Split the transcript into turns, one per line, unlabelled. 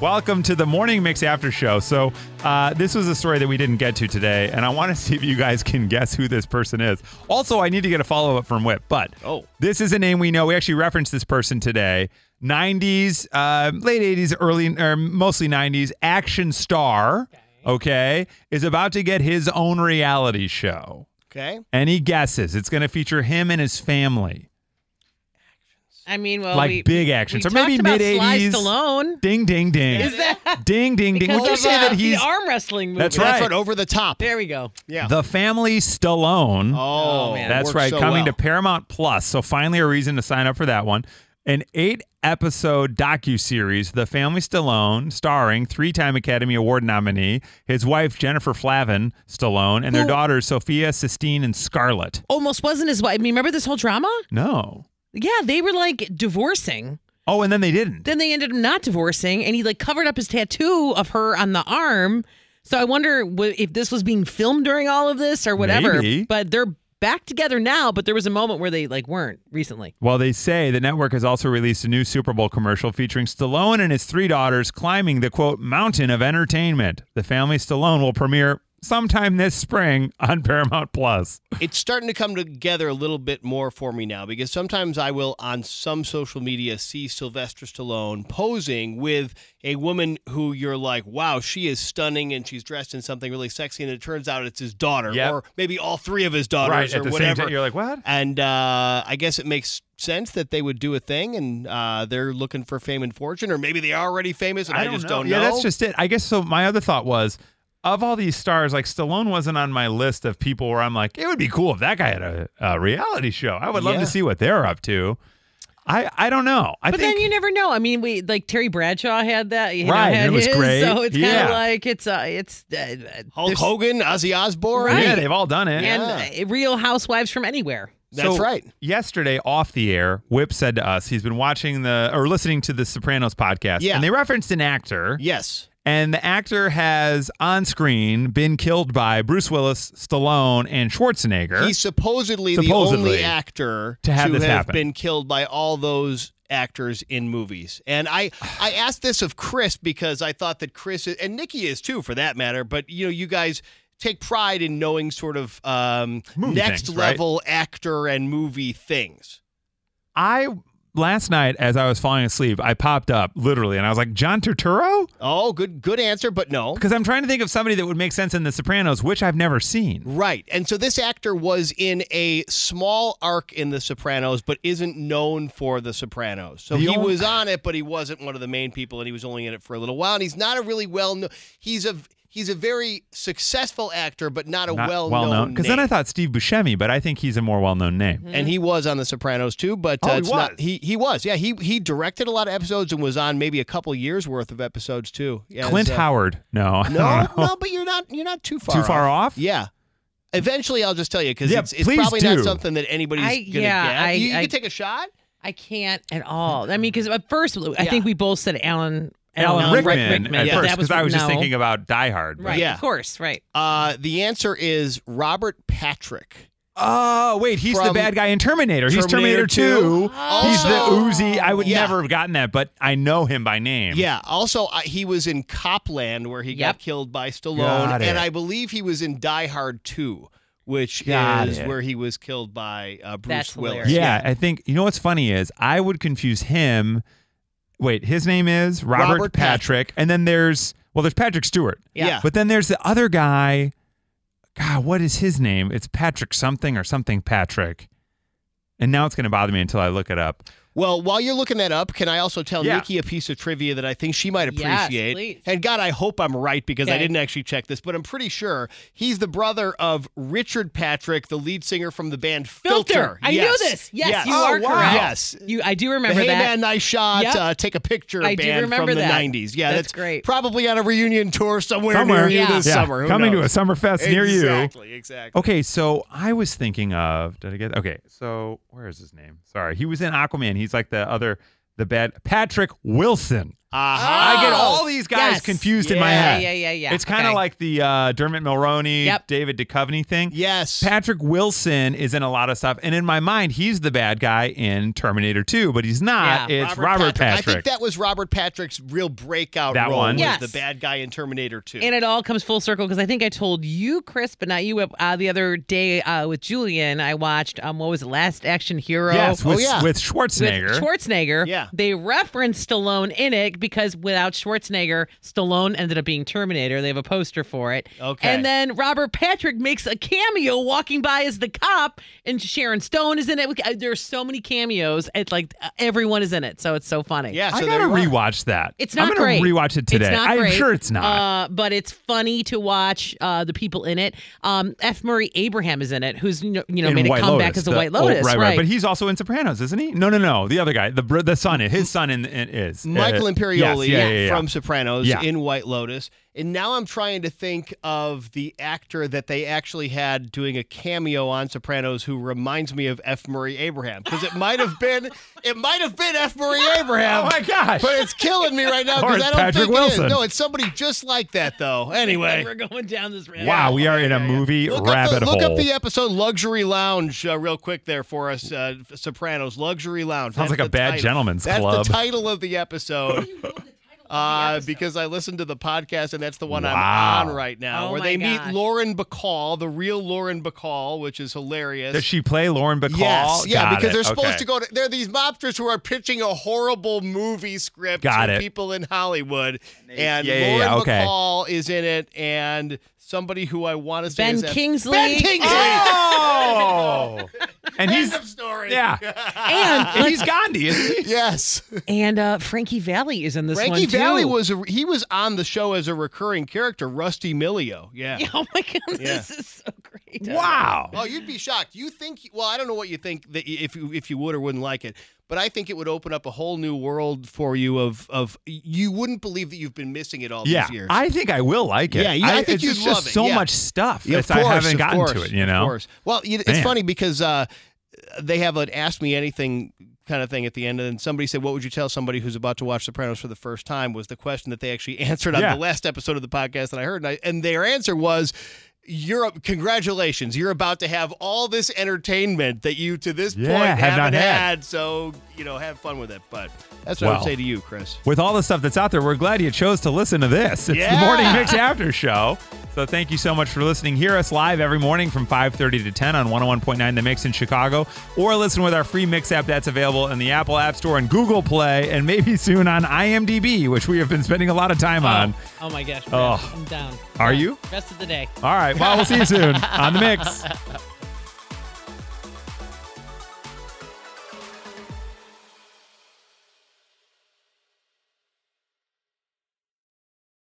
Welcome to the Morning Mix After Show. So, uh, this was a story that we didn't get to today, and I want to see if you guys can guess who this person is. Also, I need to get a follow up from Whip, but
Oh.
this is a name we know. We actually referenced this person today. 90s, uh, late 80s, early, or mostly 90s, action star, okay, is about to get his own reality show.
Okay.
Any guesses? It's going to feature him and his family.
I mean, well,
Like
Oh, we,
big action.
We
So maybe
talked about
mid-eighties.
Sly Stallone.
Ding, ding, ding.
Is that
ding, ding, ding.
because
Would you
of,
say
uh,
that he's
the arm wrestling movie?
That's right.
That's right. Over the top.
There we go.
Yeah.
the family Stallone?
oh,
man.
That's
works
right,
so
coming to
well.
Paramount Plus. So finally, a reason to sign up for that one. An eight-episode docu-series, The Family Stallone, starring three-time Academy Award nominee, his wife Jennifer Flavin Stallone, and their
Who-
daughters Sophia, Sistine, and Scarlett.
Almost wasn't his wife. I mean, remember this whole drama?
No.
Yeah, they were like divorcing.
Oh, and then they didn't.
Then they ended up not divorcing, and he like covered up his tattoo of her on the arm. So I wonder wh- if this was being filmed during all of this or whatever.
Maybe.
But they're back together now. But there was a moment where they like weren't recently.
While they say the network has also released a new Super Bowl commercial featuring Stallone and his three daughters climbing the quote mountain of entertainment. The family Stallone will premiere sometime this spring on Paramount Plus.
It's starting to come together a little bit more for me now because sometimes I will on some social media see Sylvester Stallone posing with a woman who you're like, wow, she is stunning and she's dressed in something really sexy, and it turns out it's his daughter
Yep.
or maybe all three of his daughters
Right, at
or
the same
whatever.
time, you're like, what?
And uh, I guess it makes sense that they would do a thing, and uh, they're looking for fame and fortune, or maybe they are already famous, and I, just don't know.
Yeah, that's just it. I guess so. My other thought was, of all these stars, like Stallone wasn't on my list of people where I'm like, it would be cool if that guy had a, a reality show. I would love
Yeah.
to see what they're up to. I I don't know. I
but
think
then you never know. I mean, we like Terry Bradshaw had that. You
Right,
know, had
and it was
his,
great.
So it's kind
Yeah.
of like it's uh, it's uh,
Hulk
there's-
Hogan, Ozzy Osbourne.
Right.
yeah, they've all done it.
and uh, Real Housewives from anywhere.
That's
So,
right.
Yesterday, off the air, Whip said to us he's been watching the or listening to the Sopranos podcast.
Yeah.
And they referenced an actor,
Yes.
and the actor has on screen been killed by Bruce Willis, Stallone, and Schwarzenegger.
He's supposedly, the
Supposedly.
only actor
To have this happen.
been killed by all those actors in movies. And I I asked this of Chris because I thought that Chris and Nikki is too for that matter, but you know, you guys take pride in knowing sort of um,
Movie
next
things, right?
level actor and movie things.
I last night, as I was falling asleep, I popped up literally, and I was like, John Turturro,
Oh, good good answer, but no.
because I'm trying to think of somebody that would make sense in The Sopranos, which I've never seen.
Right. And so this actor was in a small arc in The Sopranos, but isn't known for The Sopranos. So
The
he
only-
was on it, but he wasn't one of the main people, and he was only in it for a little while. And he's not a really well known. He's a he's a very successful actor, but not a
Not
well
well-known.
known.
Because then I thought Steve Buscemi, but I think he's a more well-known name.
And he was on The Sopranos too, but uh,
Oh, he
it's not.
was.
He he was. Yeah. He he directed a lot of episodes and was on maybe a couple years worth of episodes too. Yeah,
Clint
it's, uh,
Howard, no, I
No,
don't know.
no, but you're not you're not too far
too far off.
Yeah. Eventually, I'll just tell you because
Yeah,
it's, it's
please
probably
do.
not something that anybody's
I-
gonna
yeah,
get.
I-
you you
I-
can take a shot.
I can't at all. I mean, because at first I think we both said Alan
Alan Rickman, at
but
first
that was
because I was just
no.
thinking about Die Hard. but-
Right,
Yeah.
of course, right.
Uh, the answer is Robert Patrick.
Oh wait, he's the
From
bad guy in Terminator. He's Terminator Two.
Terminator 2.
He's the
Also-
Uzi. I would
Yeah.
never have gotten that, but I know him by name.
Yeah. Also, uh, he was in Copland where he
Yep.
got killed by
Got
Stallone,
it.
and I believe he was in Die Hard Two, which
Got
is
it.
where he was killed by uh, Bruce
That's
Willis.
hilarious.
Yeah, I think you know what's funny is I would confuse him. Wait, his name is Robert,
Robert
Patrick, and then there's well, there's Patrick Stewart,
Yeah.
but then there's the other guy. God, what is his name? It's Patrick something or something Patrick. And now it's going to bother me until I look it up.
Well, while you're looking that up, can I also tell
Yeah.
Nikki a piece of trivia that I think she might
Yes,
appreciate?
please.
and God, I hope I'm right because I
Okay.
didn't actually check this, but I'm pretty sure he's the brother of Richard Patrick, the lead singer from the band Filter.
I
Yes.
knew this. Yes, you
Oh,
are
wow.
correct.
Yes.
you. I do
The
remember
Hey
that.
Man, Nice Shot,
Yep.
uh, Take a Picture
I do
band from
remember
the
that.
90s. Yeah,
That's great.
Probably on a reunion tour somewhere,
Somewhere.
near you
Yeah.
this
Yeah,
summer. Who
coming to a
knows?
summer fest near you. Oh.
Exactly, exactly.
Okay, so I was thinking of did I get okay? So where is his name? Sorry, he was in Aquaman. He's like the other the bad Patrick Wilson. I get
Oh,
all these guys
yes.
confused in my
Yeah,
head.
yeah, yeah, yeah.
It's kind of
Okay.
like the uh, Dermot Mulroney,
Yep.
David Duchovny thing.
Yes.
Patrick Wilson is in a lot of stuff, and in my mind, he's the bad guy in Terminator 2, but he's not.
Yeah.
It's Robert Patrick.
I think that was Robert Patrick's real breakout
That
role.
one.
Was
Yes.
the bad guy in Terminator 2.
And it all comes full circle because I think I told you, Chris, but not you, uh, the other day uh, with Julian. I watched um, what was it, Last Action Hero?
yes, with,
Oh,
with
yeah.
with
Schwarzenegger.
Schwarzenegger.
Yeah.
They referenced Stallone in it because without Schwarzenegger, Stallone ended up being Terminator. They have a poster for it.
Okay.
And then Robert Patrick makes a cameo walking by as the cop, and Sharon Stone is in it. Uh, There are so many cameos. It's like uh, everyone is in it. So it's so funny.
yeah, so
I
there
gotta
you are.
rewatch that.
It's not
I'm gonna
great.
rewatch it today.
It's not
I'm
great,
sure it's not.
Uh, but it's funny to watch uh, the people in it. Um, F. Murray Abraham is in it, who's you know, you know
in
made a
White
comeback
Lotus,
as a
the-
White Lotus,
oh, right,
right?
But he's also in Sopranos, isn't he? No, no, no. The other guy, the br- the son, his son in, in is
Michael
uh,
Imperioli
yes, yeah, yeah, yeah, yeah.
from Sopranos
Yeah.
in White Lotus. And now I'm trying to think of the actor that they actually had doing a cameo on Sopranos who reminds me of F. Murray Abraham. Because it might have been it might have been F. Murray Abraham.
Oh my gosh!
But it's killing me right now
Or
because
it's
I don't
Patrick
think it
Wilson.
is. No, it's somebody just like that though. Anyway.
we're going down this rabbit.
wow, we are in a movie rabbit
up the,
hole.
Look up the episode "Luxury Lounge" uh, real quick there for us, uh, Sopranos. Luxury Lounge.
Sounds like a
the
bad
title.
gentleman's
That's
club.
the title of the episode. Uh, because I listened to the podcast, and that's the one
Wow.
I'm on right now,
Oh
where
my
they
gosh.
meet Lauren Bacall, the real Lauren Bacall, which is hilarious.
Does she play Lauren Bacall?
Yes, yeah,
Got
because
it.
they're supposed
Okay.
to go to. They're these mobsters who are pitching a horrible movie script
Got
to
it.
people in Hollywood, and
yeah, yeah,
Lauren
yeah, okay.
Bacall is in it, and somebody who I want to say
Ben
is F-
Kingsley. Ah!
Ben Kingsley.
Oh, and he's
End of story.
yeah,
and
and he's Gandhi, isn't he?
Yes.
and uh, Frankie Valley is in this one
Frankie
too.
Valley was a, he was on the show as a recurring character, Rusty Milio. Yeah.
Yeah, Oh my god,
Yeah.
this is so great.
Wow.
Oh, you'd be shocked. You think? Well, I don't know what you think that y- if you if you would or wouldn't like it, but I think it would open up a whole new world for you. Of of you wouldn't believe that you've been missing it all
Yeah,
these years.
I think I will like it.
Yeah, yeah, I think
it's
you'd
just
love it,
so
yeah.
much stuff.
Yeah,
Yes, I haven't gotten to it. You
of
know,
course. Well, you- it's
Man.
funny because uh, they have an "ask me anything" kind of thing at the end, and somebody said, "What would you tell somebody who's about to watch Sopranos for the first time?" Was the question that they actually answered on
Yeah.
the last episode of the podcast that I heard, and, I, and their answer was. You're congratulations. You're about to have all this entertainment that you to this
Yeah,
point
have not
haven't
had.
So you know, have fun with it. But that's what I
Wow.
would say to you, Chris.
with all the stuff that's out there, we're glad you chose to listen to this. It's the
Yeah.
Morning Mix After Show. So thank you so much for listening. Hear us live every morning from 5.30 to 10 on 101.9 The Mix in Chicago. Or listen with our free Mix app that's available in the Apple App Store and Google Play and maybe soon on IMDb, which we have been spending a lot of time on.
Oh, my gosh,
Oh.
I'm down.
Are you?
Rest of the day.
All right. Well, we'll see you soon on The Mix.